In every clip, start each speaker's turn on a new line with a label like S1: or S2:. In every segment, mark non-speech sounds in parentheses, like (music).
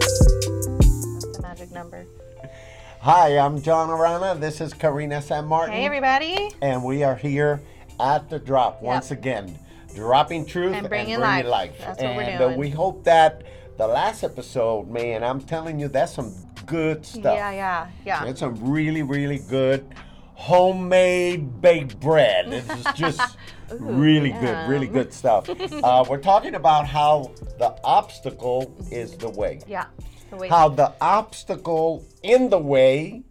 S1: That's the magic number.
S2: Hi, I'm John Arana. This is Karina San Martin.
S1: Hey, everybody.
S2: And we are here at the drop once again, dropping truth
S1: And bringing
S2: bringing
S1: life. That's what
S2: and
S1: we're
S2: Uh,
S1: doing.
S2: we hope that the last episode, man, I'm telling you, that's some good stuff.
S1: Yeah, yeah, yeah.
S2: That's some really, really good homemade baked bread. It's
S1: (laughs)
S2: just really good, really good stuff. uh, we're talking about how the obstacle is the way.
S1: yeah. The way
S2: How the obstacle in the way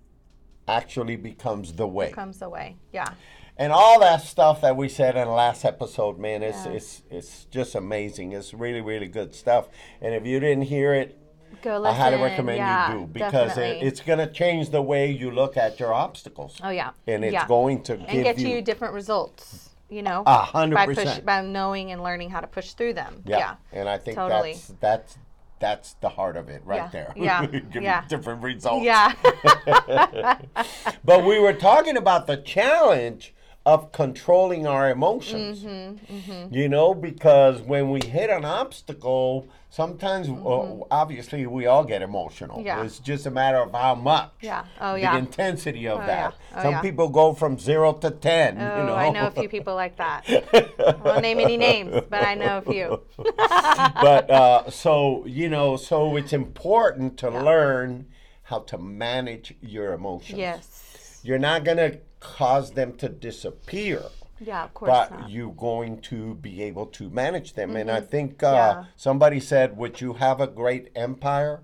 S2: actually becomes the way.
S1: comes the way. Yeah.
S2: And all that stuff that we said in the last episode, man, it's, it's, it's just amazing. It's really, really good stuff. And if you didn't hear it,
S1: Go
S2: I
S1: listen.
S2: highly recommend
S1: yeah,
S2: you do because it,
S1: definitely.
S2: it's going to change the way you look at your obstacles.
S1: Oh, yeah.
S2: And it's
S1: yeah.
S2: going to
S1: and
S2: give
S1: get you
S2: you.
S1: different results, you know?
S2: A hundred
S1: by
S2: percent.
S1: push- By knowing and learning how to push through them.
S2: yeah. And I think
S1: Totally.
S2: that's that's that's the heart of it right
S1: Yeah.
S2: there.
S1: Yeah.
S2: (laughs) Give you
S1: Yeah.
S2: different results.
S1: Yeah.
S2: But we were talking about the challenge of controlling our emotions.
S1: Mm-hmm,
S2: You know, because when we hit an obstacle, sometimes uh, obviously we all get emotional.
S1: Mm-hmm. Yeah.
S2: It's just a matter of how much.
S1: Yeah. Oh,
S2: the
S1: yeah.
S2: intensity of
S1: Oh,
S2: that.
S1: yeah. Oh,
S2: Some
S1: yeah.
S2: people go from zero to ten.
S1: oh,
S2: (laughs) you know.
S1: (laughs) I know a few people like that. I won't name any names, but I know a
S2: (laughs)
S1: few.
S2: (laughs)
S1: (laughs)
S2: but uh, so you know, so it's important to learn how to manage your emotions.
S1: Yes.
S2: You're not gonna cause them to disappear,
S1: Yeah, of course
S2: but
S1: not. Mm-hmm.
S2: you're going to be able to manage them. And I think uh,
S1: Yeah.
S2: somebody said, "Would you have a great empire?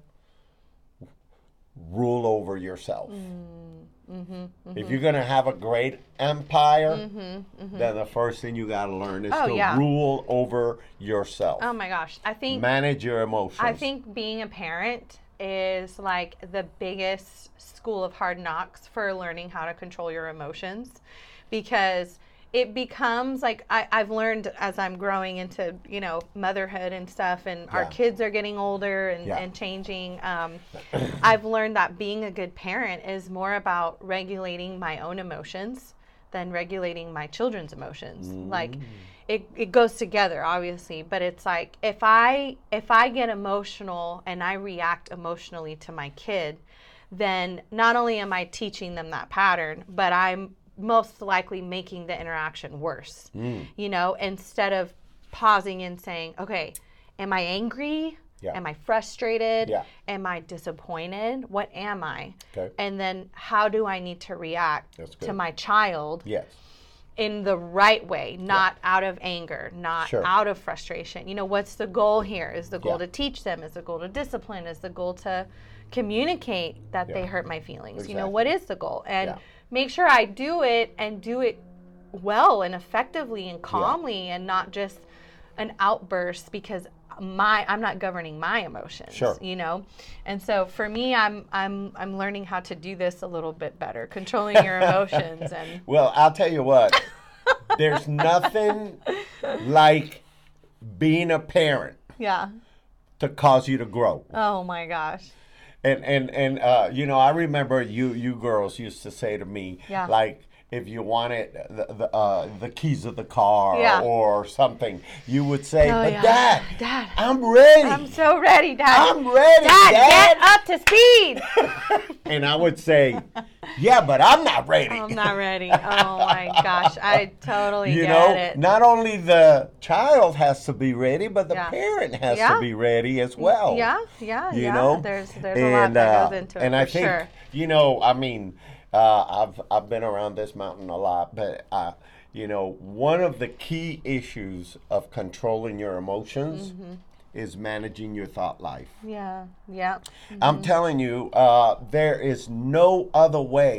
S2: Rule over yourself."
S1: Mm. Mm-hmm.
S2: If you're gonna have a great empire, then the first thing you gotta learn is
S1: Mm-hmm. Oh,
S2: to
S1: yeah.
S2: rule over yourself
S1: Oh my gosh. I think
S2: manage your emotions.
S1: I think being a parent is like the biggest school of hard knocks for learning how to control your emotions because it becomes like I, I've learned as I'm growing into, you know, motherhood and stuff, and our
S2: Yeah.
S1: kids are getting older and,
S2: Yeah.
S1: and changing. Um, (clears throat) I've learned that being a good parent is more about regulating my own emotions than regulating my children's emotions. Like it, it goes together obviously, but it's like if I if I get emotional and I react emotionally to my kid, then not only am I teaching them that pattern, but I'm most likely making the interaction worse. You know, instead of pausing and saying, "Okay, am I angry?
S2: Yeah.
S1: Am I frustrated?
S2: Yeah.
S1: Am I disappointed? What am I?"
S2: Okay.
S1: And then how do I need to react
S2: That's
S1: to
S2: good.
S1: my child
S2: yes.
S1: in the right way, not out of anger, not
S2: Sure.
S1: out of frustration. You know, what's the goal here? Is the goal to
S2: Yeah.
S1: teach them? Is the goal to discipline? Is the goal to communicate that they hurt my feelings? You know, what is the goal? And
S2: Yeah.
S1: make sure I do it and do it well and effectively and calmly and not just an outburst because my I'm not governing my emotions,
S2: Sure.
S1: you know. And so for me I'm I'm I'm learning how to do this a little bit better, controlling
S2: (laughs)
S1: your emotions and
S2: Well, I'll tell you
S1: (laughs)
S2: what. there's nothing like being a parent
S1: yeah.
S2: to cause you to grow.
S1: Oh my gosh.
S2: And and and uh, you know, I remember you you girls used to say to me
S1: Yeah.
S2: like if you wanted the the, uh, the keys of the car
S1: Yeah.
S2: or something, you would say,
S1: Oh,
S2: "But
S1: yeah.
S2: Dad,
S1: Dad.
S2: I'm ready."
S1: I'm so ready, Dad.
S2: I'm ready,
S1: Dad,
S2: Dad.
S1: get up to speed.
S2: (laughs) (laughs) and I would say, "Yeah, but I'm not ready."
S1: I'm not ready. Oh my gosh. I totally
S2: you
S1: get
S2: know
S1: it.
S2: not only the child has to be ready but the
S1: Yeah.
S2: parent has
S1: Yeah.
S2: to be ready as well
S1: yeah, yeah,
S2: you
S1: yeah.
S2: know
S1: there's there's a lot that
S2: uh,
S1: goes into it.
S2: and
S1: for
S2: i think
S1: sure.
S2: you know i mean uh, i've i've been around this mountain a lot but uh, you know one of the key issues of controlling your emotions
S1: Mm-hmm.
S2: is managing your thought life
S1: Yeah, yeah,
S2: i'm telling you uh, there is no other way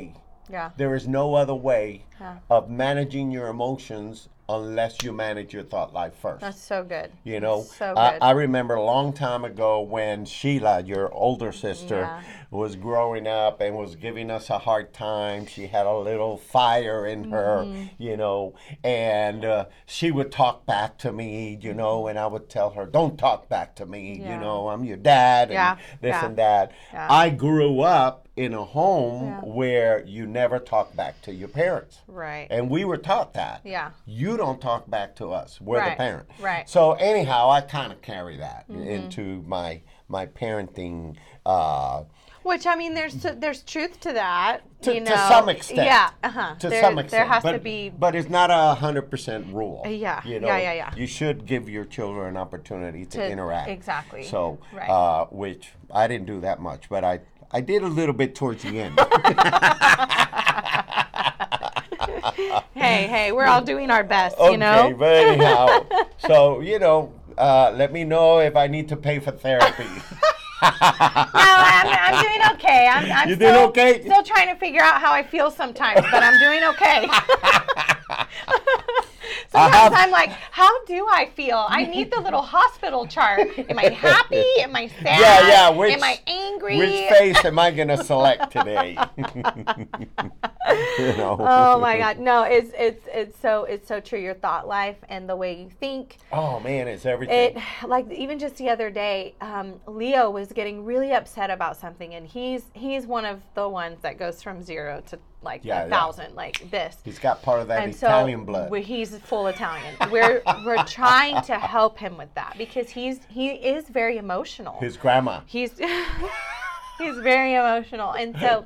S1: yeah.
S2: there is no other way
S1: Yeah.
S2: of managing your emotions unless you manage your thought life first.
S1: That's so good.
S2: you know,
S1: so
S2: I,
S1: good.
S2: I remember a long time ago when Sheila, your older sister,
S1: Yeah.
S2: was growing up and was giving us a hard time. She had a little fire in
S1: Mm-hmm.
S2: her, you know, and uh, she would talk back to me, you know, and I would tell her, "Don't talk back to me,
S1: Mm-hmm. Yeah.
S2: you know, I'm your dad, and
S1: Yeah,
S2: this
S1: yeah,
S2: and that."
S1: yeah.
S2: I grew up in a home
S1: Yeah.
S2: where you never talk back to your parents.
S1: Right.
S2: And we were taught that.
S1: Yeah.
S2: You don't talk back to us. We're the
S1: Right,
S2: parent.
S1: right. Mm-hmm.
S2: So anyhow, I kind of carry that into my my parenting. Uh,
S1: Which I mean, there's there's truth to that.
S2: Mm-hmm. to,
S1: you know,
S2: to some extent.
S1: Yeah. Uh-huh.
S2: To
S1: there,
S2: some extent.
S1: there has
S2: but,
S1: to be. Uh,
S2: But it's not a hundred percent rule.
S1: yeah,
S2: You
S1: yeah,
S2: know,
S1: yeah, yeah.
S2: You should give your children an opportunity to,
S1: To-
S2: interact.
S1: exactly,
S2: So,
S1: right.
S2: uh, which I didn't do that much, but I I did a little bit towards the end.
S1: Hey, hey, we're all doing our best. (laughs) you
S2: Okay,
S1: know.
S2: but anyhow, so you know, uh, let me know if I need to pay for therapy.
S1: (laughs) No, I'm, I'm doing okay. I'm, I'm
S2: You
S1: still,
S2: doing okay?
S1: Still trying to figure out how I feel sometimes, but I'm doing okay.
S2: (laughs)
S1: (laughs)
S2: I
S1: sometimes
S2: have-
S1: I'm like, how do I feel? I need the little hospital chart. Am I happy? Am
S2: (laughs)
S1: I sad?
S2: yeah, yeah. Which
S1: Am I angry?
S2: Which face am I gonna
S1: (laughs)
S2: select today? (laughs) you know.
S1: Oh my God! No, it's it's it's so it's so true. Your thought life and the way you think.
S2: Oh man, it's everything.
S1: It (sighs) like even just the other day, um, Leo was getting really upset about something, and he's he's one of the ones that goes from zero to like a
S2: Yeah, yeah.
S1: thousand, like this.
S2: He's got part of that
S1: and
S2: Italian
S1: so
S2: blood.
S1: we- he's full Italian. We're
S2: (laughs)
S1: we're trying to help him with that because he's he is very emotional.
S2: His grandma.
S1: he's (laughs) he's very emotional and so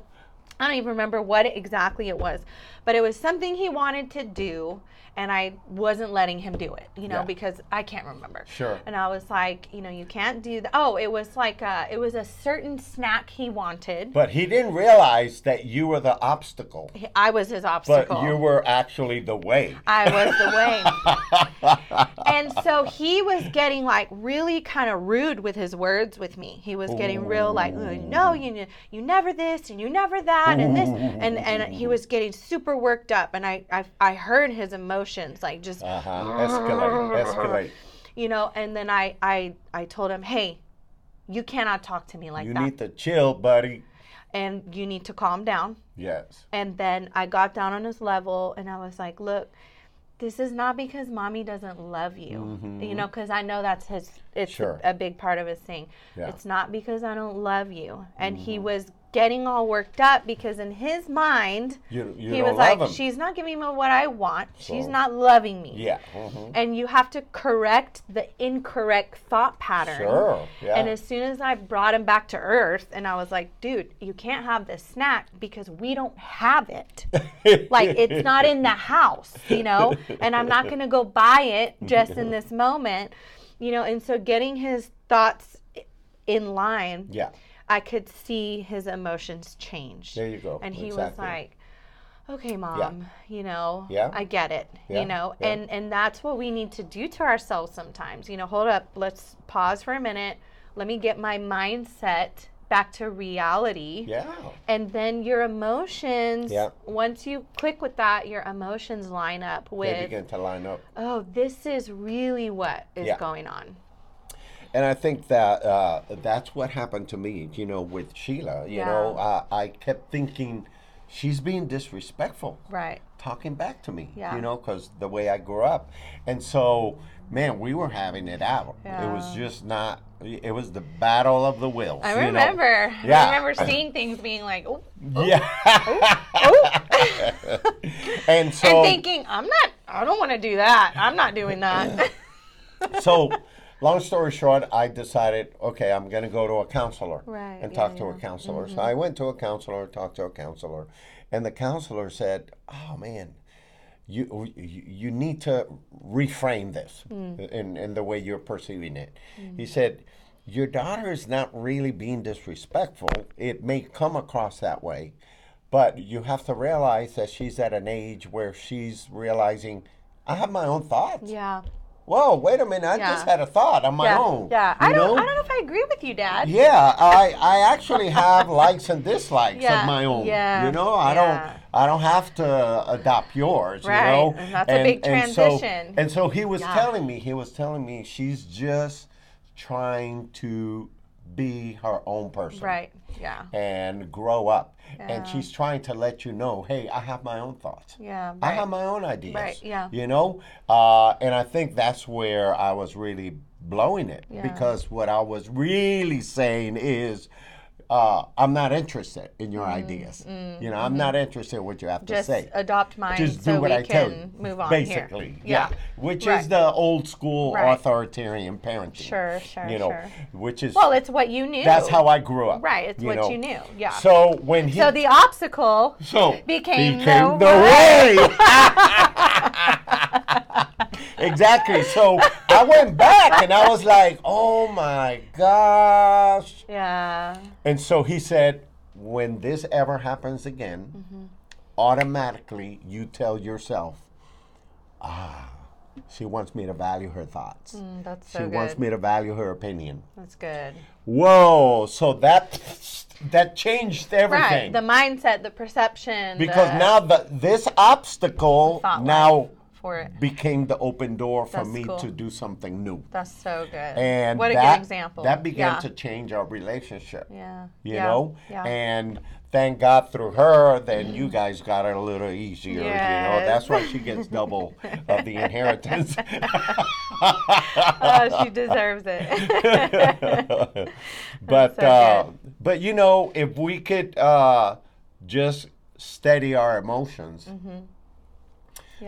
S1: i don't even remember what exactly it was but it was something he wanted to do and i wasn't letting him do it you know
S2: Yeah.
S1: because i can't remember
S2: Sure.
S1: and i was like you know you can't do that oh it was like a, it was a certain snack he wanted
S2: But he didn't realize that you were the obstacle,
S1: He- i was his
S2: but
S1: obstacle
S2: you were actually the
S1: (laughs)
S2: way.
S1: I was the
S2: (laughs)
S1: way. and so he was getting like really kind of rude with his words with me. He was getting real like, "Oh, no, you you never this and you never that and this and and he was getting super worked up and I I, I heard his emotions like just
S2: Uh huh. Escalate, escalate.
S1: you know and then I I I told him, "Hey, you cannot talk to me like
S2: You
S1: that
S2: need to chill, buddy.
S1: and you need to calm down."
S2: Yes.
S1: And then I got down on his level and I was like, look, this is not because mommy doesn't love you, you know, because I know that's his, it's
S2: Mm-hmm. Sure.
S1: a, a big part of his thing.
S2: Yeah. Mm-hmm.
S1: It's not because I don't love you. And he was getting all worked up because in his mind,
S2: You, you
S1: he
S2: don't
S1: was like,
S2: love him.
S1: she's not giving me what I want. She's
S2: So-
S1: not loving me.
S2: yeah. mhm.
S1: And you have to correct the incorrect thought pattern.
S2: Sure. Yeah.
S1: And as soon as I brought him back to earth, and I was like, dude, you can't have this snack because we don't have
S2: (laughs)
S1: it. like, it's not in the house, you know? And I'm not going to go buy it just in this moment, you know? And so getting his thoughts i- in line,
S2: yeah.
S1: I could see his emotions change.
S2: There you go.
S1: And he was
S2: Exactly.
S1: like, okay, mom, you know,
S2: Yeah.
S1: I get it,
S2: Yeah,
S1: you know,
S2: yeah.
S1: and, and that's what we need to do to ourselves sometimes. You know, hold up, let's pause for a minute. Let me get my mindset back to reality.
S2: Yeah.
S1: And then your emotions,
S2: Yeah.
S1: once you click with that, your emotions line up
S2: They
S1: with,
S2: begin to line up.
S1: oh, this is really what is
S2: Yeah.
S1: going on.
S2: And I think that uh, that's what happened to me, you know, with Sheila. You
S1: Yeah.
S2: know, I, I kept thinking she's being disrespectful.
S1: Right.
S2: talking back to me,
S1: Yeah.
S2: you know, because the way I grew up. And so, man, we were having it out. It was just not, it was the battle of the wills.
S1: I
S2: you know.
S1: remember.
S2: Yeah.
S1: I remember seeing things being like, oh,
S2: (laughs) Yeah. and so,
S1: and thinking, I'm not, I don't want to do that. I'm not doing
S2: (laughs)
S1: that. (laughs)
S2: so long story short, I decided, okay, I'm going to go to a counselor
S1: Right,
S2: and
S1: yeah,
S2: talk to
S1: yeah. Mm-hmm.
S2: a counselor. So I went to a counselor, talked to a counselor, and the counselor said, "Oh man, you you, you need to reframe this
S1: Mm.
S2: in in the way you're perceiving it."
S1: Mm-hmm.
S2: He said. Your daughter is not really being disrespectful. It may come across that way, but you have to realize that she's at an age where she's realizing, I have my own thoughts
S1: yeah.
S2: whoa, wait a minute, I
S1: Yeah.
S2: just had a thought on my
S1: yeah.
S2: own.
S1: Yeah. I
S2: you
S1: don't,
S2: know?
S1: I don't know if I agree with you, Dad.
S2: Yeah, I, I actually have (laughs) likes and dislikes
S1: Yeah,
S2: of my own.
S1: yeah,
S2: You know, I
S1: yeah.
S2: don't I don't have to adopt yours,
S1: Right,
S2: you know.
S1: and that's a big transition.
S2: so, and so he was
S1: Yeah.
S2: telling me, he was telling me she's just trying to be her own person.
S1: Right. Yeah.
S2: And grow up.
S1: Yeah.
S2: And she's trying to let you know, hey, I have my own thoughts.
S1: Yeah.
S2: I have my own ideas.
S1: Right, yeah.
S2: You know? Uh, and I think that's where I was really blowing it
S1: Yeah.
S2: because what I was really saying is uh, I'm not interested in your ideas. you know, I'm not interested in what you have
S1: Mm, mm-hmm. Just
S2: to say.
S1: adopt mine
S2: Just
S1: so
S2: do what
S1: we
S2: I
S1: can
S2: tell you.
S1: move on
S2: basically,
S1: here.
S2: yeah. Which
S1: Right.
S2: is the old school
S1: Right.
S2: authoritarian parenting.
S1: Sure, sure,
S2: You know,
S1: sure.
S2: which is
S1: Well, it's what you knew.
S2: that's how I grew up.
S1: Right, it's what
S2: know.
S1: you knew, yeah.
S2: So when he
S1: So the obstacle
S2: so
S1: became no
S2: the
S1: (laughs)
S2: way. exactly. So I went back and I was like, "Oh my gosh!"
S1: Yeah.
S2: And so he said, "When this ever happens again,
S1: Mm-hmm.
S2: automatically you tell yourself, ah, she wants me to value her thoughts.
S1: Mm, That's
S2: she
S1: so good.
S2: wants me to value her opinion."
S1: That's good.
S2: Whoa! So that that changed
S1: Right.
S2: everything
S1: The mindset, the perception.
S2: because
S1: the
S2: now the this obstacle
S1: thought life
S2: now
S1: for it.
S2: became the open door for
S1: That's
S2: me
S1: cool.
S2: to do something new.
S1: That's so good.
S2: And
S1: what a
S2: that,
S1: good example.
S2: That began
S1: yeah.
S2: to change our relationship.
S1: Yeah.
S2: You
S1: yeah.
S2: know?
S1: Yeah. Mm-hmm.
S2: And thank God through her, then you guys got it a little easier, you know.
S1: Yes.
S2: That's why she gets double of the inheritance. (laughs)
S1: oh, she deserves
S2: (laughs)
S1: it.
S2: but
S1: so
S2: uh,
S1: good.
S2: but you know, if we could uh, just steady our emotions,
S1: Mm-hmm. yeah.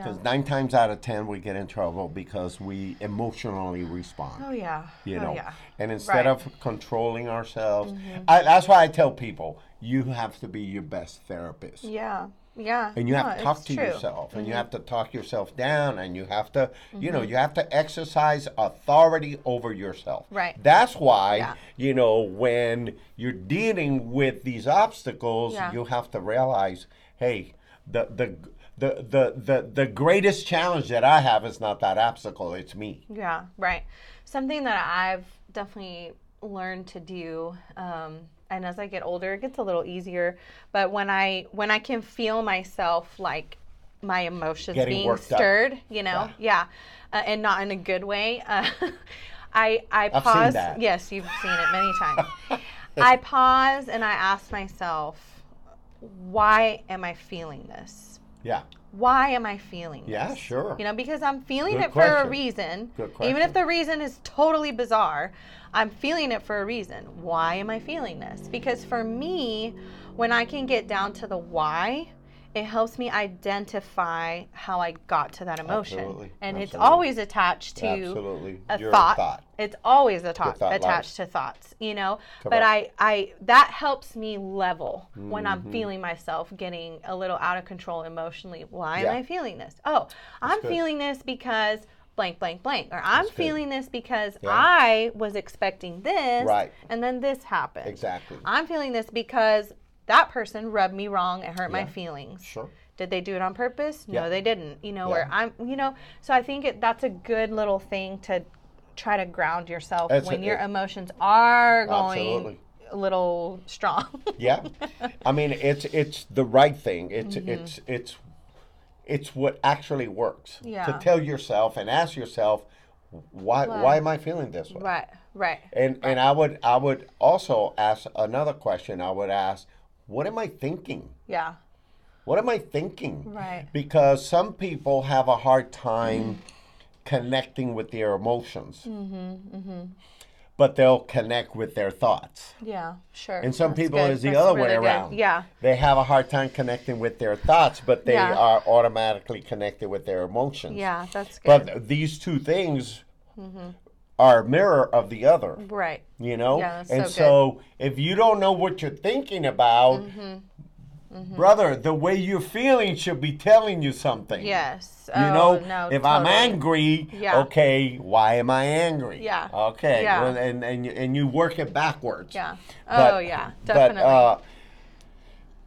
S2: Because nine times out of ten, we get in trouble because we emotionally respond.
S1: Oh yeah.
S2: You
S1: oh,
S2: know,
S1: Yeah.
S2: and instead
S1: Right. Mm-hmm.
S2: of controlling ourselves, I, that's why I tell people you have to be your best therapist,
S1: Yeah. Yeah.
S2: and you have
S1: No,
S2: to talk
S1: it's
S2: to
S1: true. Mm-hmm.
S2: yourself, and you have to talk yourself down, and you have to, you know, you have to exercise authority over yourself.
S1: Right.
S2: That's why,
S1: Yeah.
S2: you know, when you're dealing with these obstacles,
S1: Yeah.
S2: you have to realize, hey, the the the, the, the, the greatest challenge that I have is not that obstacle, it's me.
S1: Yeah, right. Something that I've definitely learned to do, um, and as I get older, it gets a little easier. But when I when I can feel myself like my emotions
S2: Getting
S1: being
S2: worked up.
S1: stirred, you know, yeah, Uh, and not in a good way, (laughs) uh, I I
S2: seen
S1: pause.
S2: that.
S1: Yes, you've seen it many times.
S2: (laughs)
S1: I pause and I ask myself, why am I feeling this?
S2: Yeah.
S1: why am I feeling
S2: Yeah,
S1: this?
S2: sure.
S1: You know, because I'm feeling
S2: Good
S1: it for a
S2: question.
S1: reason.
S2: Good
S1: Even if
S2: question.
S1: the reason is totally bizarre, I'm feeling it for a reason. Why am I feeling this? Because for me, when I can get down to the why, it helps me identify how I got to that emotion.
S2: Absolutely,
S1: And it's
S2: absolutely.
S1: always attached to
S2: Absolutely.
S1: a
S2: Your
S1: thought.
S2: thought.
S1: It's always a thought,
S2: thought
S1: attached to thoughts, you know. But
S2: Correct.
S1: I, I that helps me level when
S2: Mm-hmm.
S1: I'm feeling myself getting a little out of control emotionally. Why
S2: Yeah.
S1: am I feeling this? Oh, I'm
S2: good.
S1: feeling this because blank, blank, blank, or I'm
S2: good.
S1: feeling this because
S2: Yeah.
S1: I was expecting this,
S2: Right.
S1: And then this happened.
S2: Exactly.
S1: I'm feeling this because that person rubbed me wrong and hurt my feelings.
S2: Sure.
S1: Did they do it on purpose? No,
S2: Yeah.
S1: they didn't. You know,
S2: Yeah.
S1: or I'm, you know, so I think it, that's a good little thing to try to ground yourself
S2: That's
S1: when
S2: it-
S1: your emotions are going
S2: Absolutely.
S1: a little strong. (laughs)
S2: yeah i mean it's it's the right thing it's
S1: Mm-hmm.
S2: it's it's it's what actually works
S1: Yeah.
S2: to tell yourself and ask yourself why why am i feeling this way
S1: right, right.
S2: and and i would i would also ask another question i would ask what am i thinking
S1: Yeah,
S2: what am i thinking
S1: Right.
S2: because some people have a hard time connecting with their emotions
S1: Mm-hmm.
S2: but they'll connect with their thoughts
S1: yeah, sure.
S2: and some
S1: That's
S2: people
S1: good.
S2: is the
S1: That's
S2: other
S1: really
S2: way
S1: good.
S2: around.
S1: Yeah,
S2: They have a hard time connecting with their thoughts, but they
S1: Yeah.
S2: are automatically connected with their emotions.
S1: yeah, Mm-hmm. that's good.
S2: But these two things are a mirror of the other,
S1: right.
S2: you know?
S1: Yeah, that's
S2: and
S1: so
S2: so, if you don't know what you're thinking about,
S1: Mm-hmm.
S2: brother, the way you're feeling should be telling you something.
S1: Yes.
S2: You
S1: oh,
S2: know,
S1: no,
S2: if I'm
S1: totally.
S2: angry,
S1: Yeah.
S2: okay, why am I angry?
S1: Yeah.
S2: Okay.
S1: Yeah.
S2: Well, and, and, you- and you work it backwards.
S1: Yeah.
S2: But-
S1: oh, yeah,
S2: but,
S1: definitely.
S2: uh,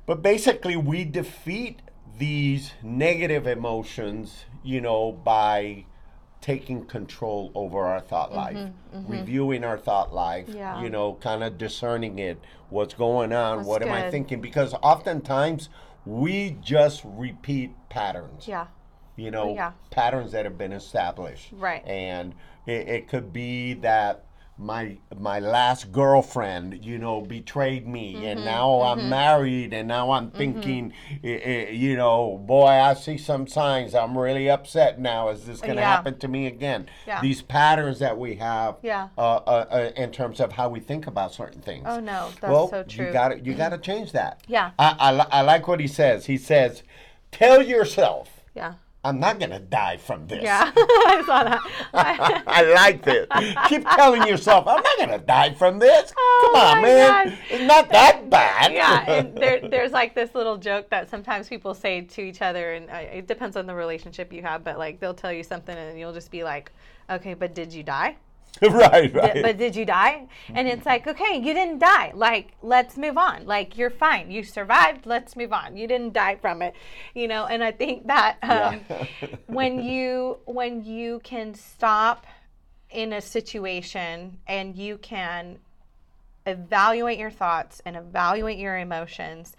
S2: but basically, we defeat these negative emotions, you know, by taking control over our thought life, reviewing our thought life,
S1: Mm-hmm, Yeah.
S2: you know, kind of discerning it, what's going on,
S1: That's
S2: what am I
S1: good.
S2: thinking? Because oftentimes we just repeat patterns,
S1: yeah,
S2: you know,
S1: Yeah.
S2: patterns that have been established.
S1: Right.
S2: And it, it could be that my my last girlfriend, you know, betrayed me, and
S1: Mm-hmm.
S2: now I'm married, and now I'm thinking, eh, eh, you know, boy, I see some signs. I'm really upset now. Is this going to
S1: Yeah.
S2: happen to me again?
S1: Yeah.
S2: These patterns that we have,
S1: Yeah.
S2: uh, uh, uh, in terms of how we think about certain things.
S1: Oh, no, that's
S2: well,
S1: so
S2: You
S1: true. Mm-hmm.
S2: got to you got to change that.
S1: Yeah.
S2: I, I li- I like what he says. He says, tell yourself,
S1: Yeah.
S2: I'm not going to die from this.
S1: Yeah. (laughs) I saw that. I-
S2: (laughs) I like this. Keep telling yourself, I'm not gonna die
S1: (laughs)
S2: from this. Come on,
S1: Oh my
S2: man.
S1: God.
S2: It's not that bad. (laughs)
S1: yeah, and there, there's like this little joke that sometimes people say to each other, and uh, it depends on the relationship you have, but like they'll tell you something, and you'll just be like, "Okay, but did you die?
S2: right, right. (laughs)
S1: But, but did you die?" And it's like, "Okay, you didn't die. Like, let's move on. Like, you're fine. You survived. Let's move on. You didn't die from it, you know." And I think that um,
S2: (laughs)
S1: when you when you can stop in a situation and you can evaluate your thoughts and evaluate your emotions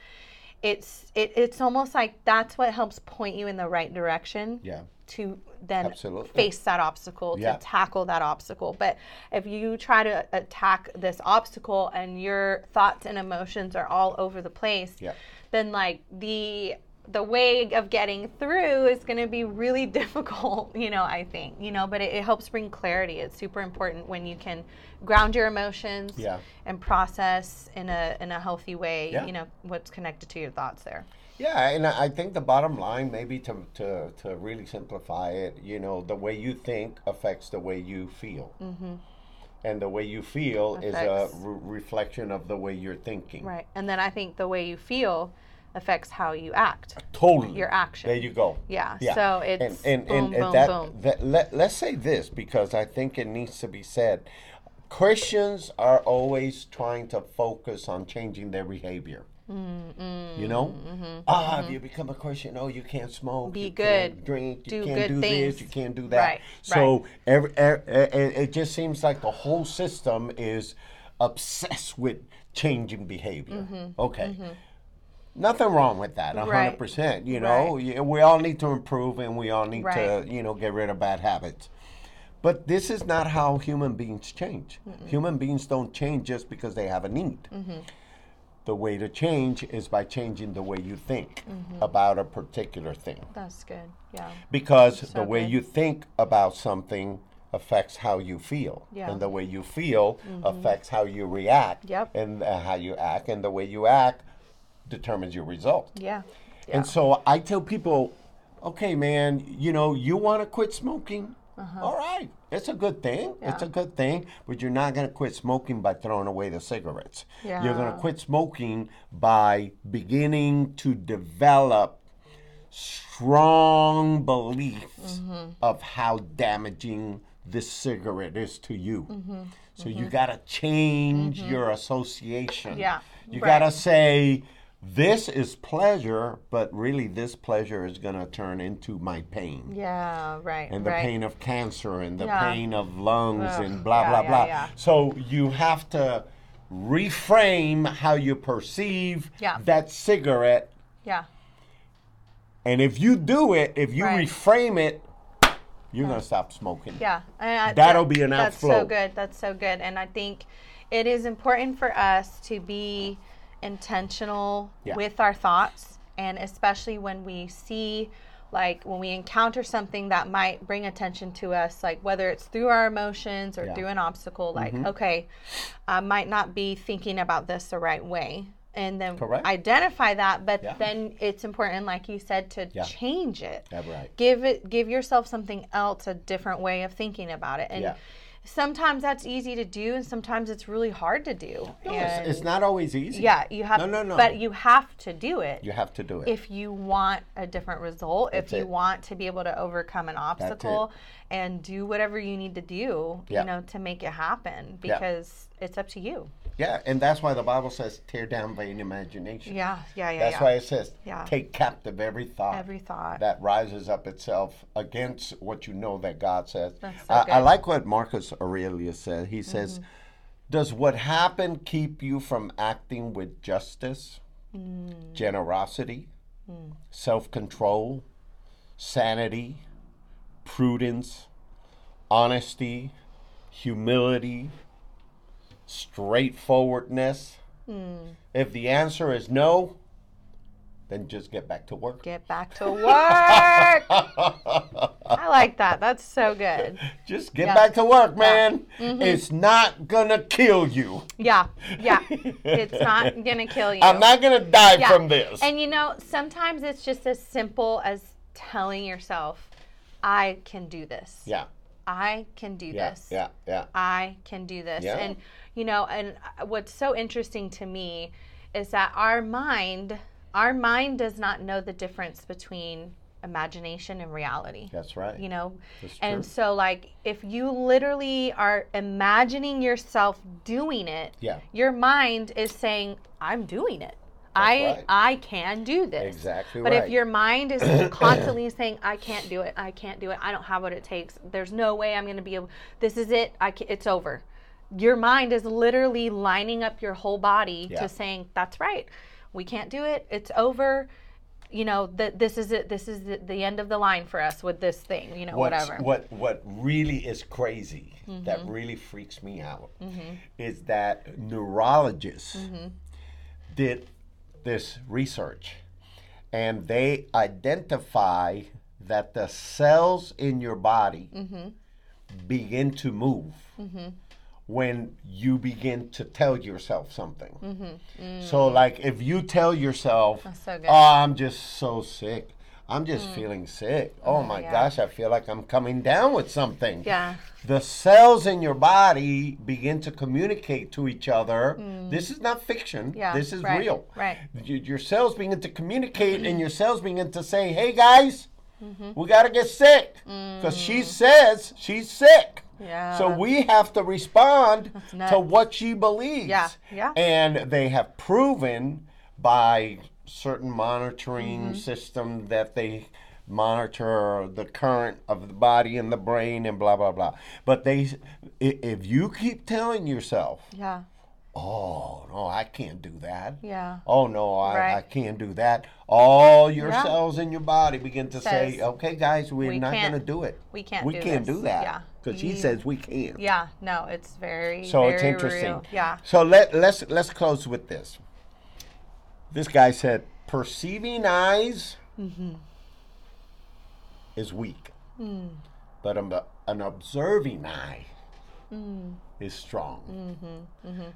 S1: it's it, it's almost like that's what helps point you in the right direction
S2: yeah.
S1: to then
S2: Absolutely.
S1: face that obstacle
S2: Yeah.
S1: to tackle that obstacle but if you try to attack this obstacle and your thoughts and emotions are all over the place
S2: Yeah.
S1: then like the the way of getting through is going to be really (laughs) difficult you know i think you know but it, it helps bring clarity it's super important when you can ground your emotions
S2: Yeah.
S1: and process in a in a healthy way
S2: Yeah.
S1: you know what's connected to your thoughts there
S2: Yeah, and I I think the bottom line, maybe to, to, to really simplify it, you know, the way you think affects the way you feel. Mm-hmm. And the way you feel is
S1: Affects.
S2: a re- reflection of the way you're thinking.
S1: right and then i think the way you feel affects how you act
S2: Totally.
S1: Your action.
S2: There you go.
S1: yeah, so it's
S2: and, and,
S1: boom
S2: and
S1: boom
S2: that,
S1: boom
S2: that- let, let's say this because I think it needs to be said. Christians are always trying to focus on changing their behavior. You know, ah, if you become a Christian, oh, you can't smoke,
S1: Mm-hmm. Be
S2: you
S1: good,
S2: can't drink, you
S1: do
S2: can't
S1: good
S2: do this,
S1: things.
S2: you can't do that.
S1: Right,
S2: So every, er- er- er- it just seems like the whole system is obsessed with changing behavior. Okay. Nothing wrong with that, a
S1: Mm-hmm. Right.
S2: 100%. You know, Yeah, we all need to improve and we all need
S1: Right.
S2: to, you know, get rid of bad habits. But this is not how human beings change. Human beings don't change just because they have a need.
S1: Mm-hmm.
S2: The way to change is by changing the way you think
S1: Mm-hmm.
S2: about a particular thing.
S1: that's good yeah
S2: Because the way
S1: good.
S2: you think about something affects how you feel.
S1: Yeah. Mm-hmm.
S2: And the way you feel affects how you react.
S1: Yep.
S2: And uh, how you act. And the way you act determines your result.
S1: yeah
S2: And so I tell people, okay, man, you know, you want to quit smoking?
S1: Uh-huh.
S2: All right. It's a good thing. It's a good thing, but you're not going to quit smoking by throwing away the cigarettes. You're going to
S1: Yeah.
S2: quit smoking by beginning to develop strong beliefs
S1: Mm-hmm.
S2: of how damaging this cigarette is to you.
S1: Mm-hmm.
S2: So you got to change your association.
S1: Yeah,
S2: You
S1: right.
S2: got to say, this is pleasure, but really this pleasure is going to turn into my pain.
S1: yeah right
S2: And the
S1: right
S2: pain of cancer and the
S1: Yeah.
S2: pain of lungs and
S1: Ugh,
S2: blah,
S1: yeah,
S2: blah,
S1: yeah,
S2: blah.
S1: yeah.
S2: So you have to reframe how you perceive
S1: Yeah.
S2: that cigarette
S1: yeah
S2: and if you do it, if you
S1: Right.
S2: reframe it, you're gonna stop smoking.
S1: Yeah, and I-
S2: That'll be an
S1: That's
S2: outflow.
S1: so good. That's so good, and I think it is important for us to be intentional
S2: Yeah.
S1: with our thoughts, and especially when we see, like, when we encounter something that might bring attention to us, like whether it's through our emotions or
S2: Yeah. Mm-hmm.
S1: through an obstacle. Like, okay, I might not be thinking about this the right way. And then
S2: Correct.
S1: identify that, but
S2: Yeah.
S1: then it's important, like you said, to
S2: Yeah.
S1: change it
S2: Yeah, right.
S1: give it give yourself something else a different way of thinking about it and
S2: Yeah.
S1: sometimes that's easy to do and sometimes it's really hard to do
S2: It's,
S1: and
S2: it's not always easy.
S1: yeah you have
S2: No, no, no.
S1: but you have to do it
S2: You have to do it.
S1: if you want a different result if
S2: That's
S1: you
S2: it.
S1: want to be able to overcome an obstacle and do whatever you need to do
S2: Yeah.
S1: you know to make it happen
S2: Yeah.
S1: because it's up to you
S2: yeah, and that's why the Bible says, "Tear down vain imagination."
S1: yeah yeah yeah
S2: That's
S1: yeah.
S2: why it says,
S1: Yeah.
S2: "Take captive every thought."
S1: every thought
S2: that rises up itself against what you know that God says.
S1: That's so
S2: I, I
S1: good. Mm-hmm.
S2: like what Marcus Aurelius said. He says, Does what happened keep you from acting with justice,
S1: Mm.
S2: generosity, self control, sanity, prudence, honesty, humility, straightforwardness.
S1: Mm.
S2: If the answer is no, then just get back to work.
S1: Get back to
S2: (laughs)
S1: work. I like that. That's so good.
S2: Just get back to work, man.
S1: Mm-hmm.
S2: It's not gonna kill you.
S1: Yeah.
S2: (laughs)
S1: Yeah. It's not going to kill you.
S2: I'm not gonna die
S1: Yeah.
S2: from this.
S1: And you know, sometimes it's just as simple as telling yourself, I can do this.
S2: yeah.
S1: I can do
S2: Yeah.
S1: this.
S2: Yeah. Yeah.
S1: I can do this.
S2: Yeah.
S1: And, you know, and what's so interesting to me is that our mind, our mind does not know the difference between imagination and reality.
S2: That's right.
S1: You know,
S2: That's
S1: and
S2: true.
S1: so like if you literally are imagining yourself doing it,
S2: Yeah.
S1: your mind is saying, "I'm doing it. I
S2: right.
S1: I can do this."
S2: Exactly
S1: But
S2: right.
S1: if your mind
S2: (coughs)
S1: is constantly saying, "I can't do it. I can't do it. I don't have what it takes. There's no way I'm going to be able. This is it. I can, it's over." Your mind is literally lining up your whole body
S2: Yeah.
S1: to saying, "That's right. We can't do it. It's over." You know that this is it. This is the, the end of the line for us with this thing. You know,
S2: What's,
S1: whatever. Mm-hmm.
S2: what what really is crazy that really freaks me out is that neurologists
S1: Mm-hmm.
S2: did this research and they identify that the cells in your body
S1: Mm-hmm.
S2: begin to move when you begin to tell yourself something. So, like, if you tell yourself,
S1: Mm-hmm. Mm. so good.
S2: "Oh, I'm just so sick. I'm
S1: Mm.
S2: just feeling sick. Oh, my gosh, I feel like I'm coming down with something."
S1: Yeah.
S2: The cells in your body begin to communicate to each other. This is not fiction.
S1: Mm. Yeah,
S2: this is
S1: right,
S2: real.
S1: right.
S2: Y- your cells begin to communicate, and your cells begin to say, "Hey, guys."
S1: Mm-hmm.
S2: We gotta get sick because she says she's sick.
S1: Mm. Yeah.
S2: So we have to respond to
S1: nuts.
S2: what she believes.
S1: Yeah, yeah.
S2: And they have proven by certain monitoring
S1: Mm-hmm.
S2: system that they monitor the current of the body and the brain and blah blah blah. But they, s- i- if you keep telling yourself,
S1: Yeah.
S2: "Oh no, I can't do that,"
S1: Yeah.
S2: "Oh no, I, I
S1: Right.
S2: can't do that," all your
S1: Yeah.
S2: cells in your body begin to say,
S1: Says,
S2: "Okay, guys, we're
S1: "We
S2: not going to
S1: can't-
S2: do it.
S1: we can't
S2: We
S1: do
S2: can't
S1: this."
S2: do that."
S1: Yeah.
S2: because she
S1: You-
S2: says we can't.
S1: Yeah. No, it's very
S2: So
S1: very
S2: it's interesting.
S1: real. Yeah.
S2: So let let's let's close with this. This guy said, "Perceiving eyes
S1: Mm-hmm.
S2: is weak,
S1: Mm.
S2: but an, an observing eye
S1: Mm.
S2: is strong."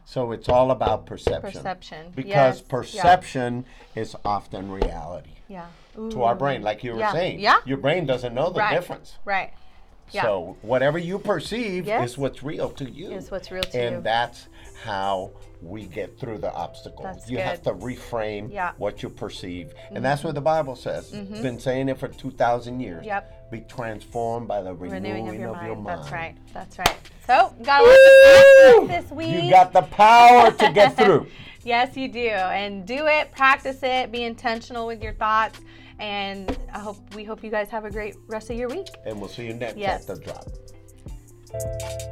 S2: So it's all about perception.
S1: Mm-hmm. Perception.
S2: Because
S1: Yes. Yeah.
S2: perception is often reality
S1: Yeah.
S2: to our brain, like you were
S1: Mm. Yeah.
S2: saying.
S1: Yeah.
S2: Your brain doesn't know the
S1: Right.
S2: difference.
S1: Right. Yeah.
S2: So whatever you perceive
S1: Yes.
S2: is what's real to you.
S1: Is what's real to
S2: and
S1: you.
S2: that's how we get through the obstacle.
S1: That's
S2: you have
S1: good.
S2: to reframe
S1: Yeah. Mm-hmm.
S2: what you perceive. And that's what the Bible says. It's been saying it for 2,000 years.
S1: Yep.
S2: Be transformed by the renewing,
S1: Renewing of your, mind.
S2: mind.
S1: That's right. That's right. So got a lot to practice this week.
S2: You got the power to
S1: (laughs)
S2: get through.
S1: Yes, you do. And do it. Practice it. Be intentional with your thoughts. And I hope we hope you guys have a great rest of your week.
S2: And we'll see you next
S1: Yes.
S2: at the drop.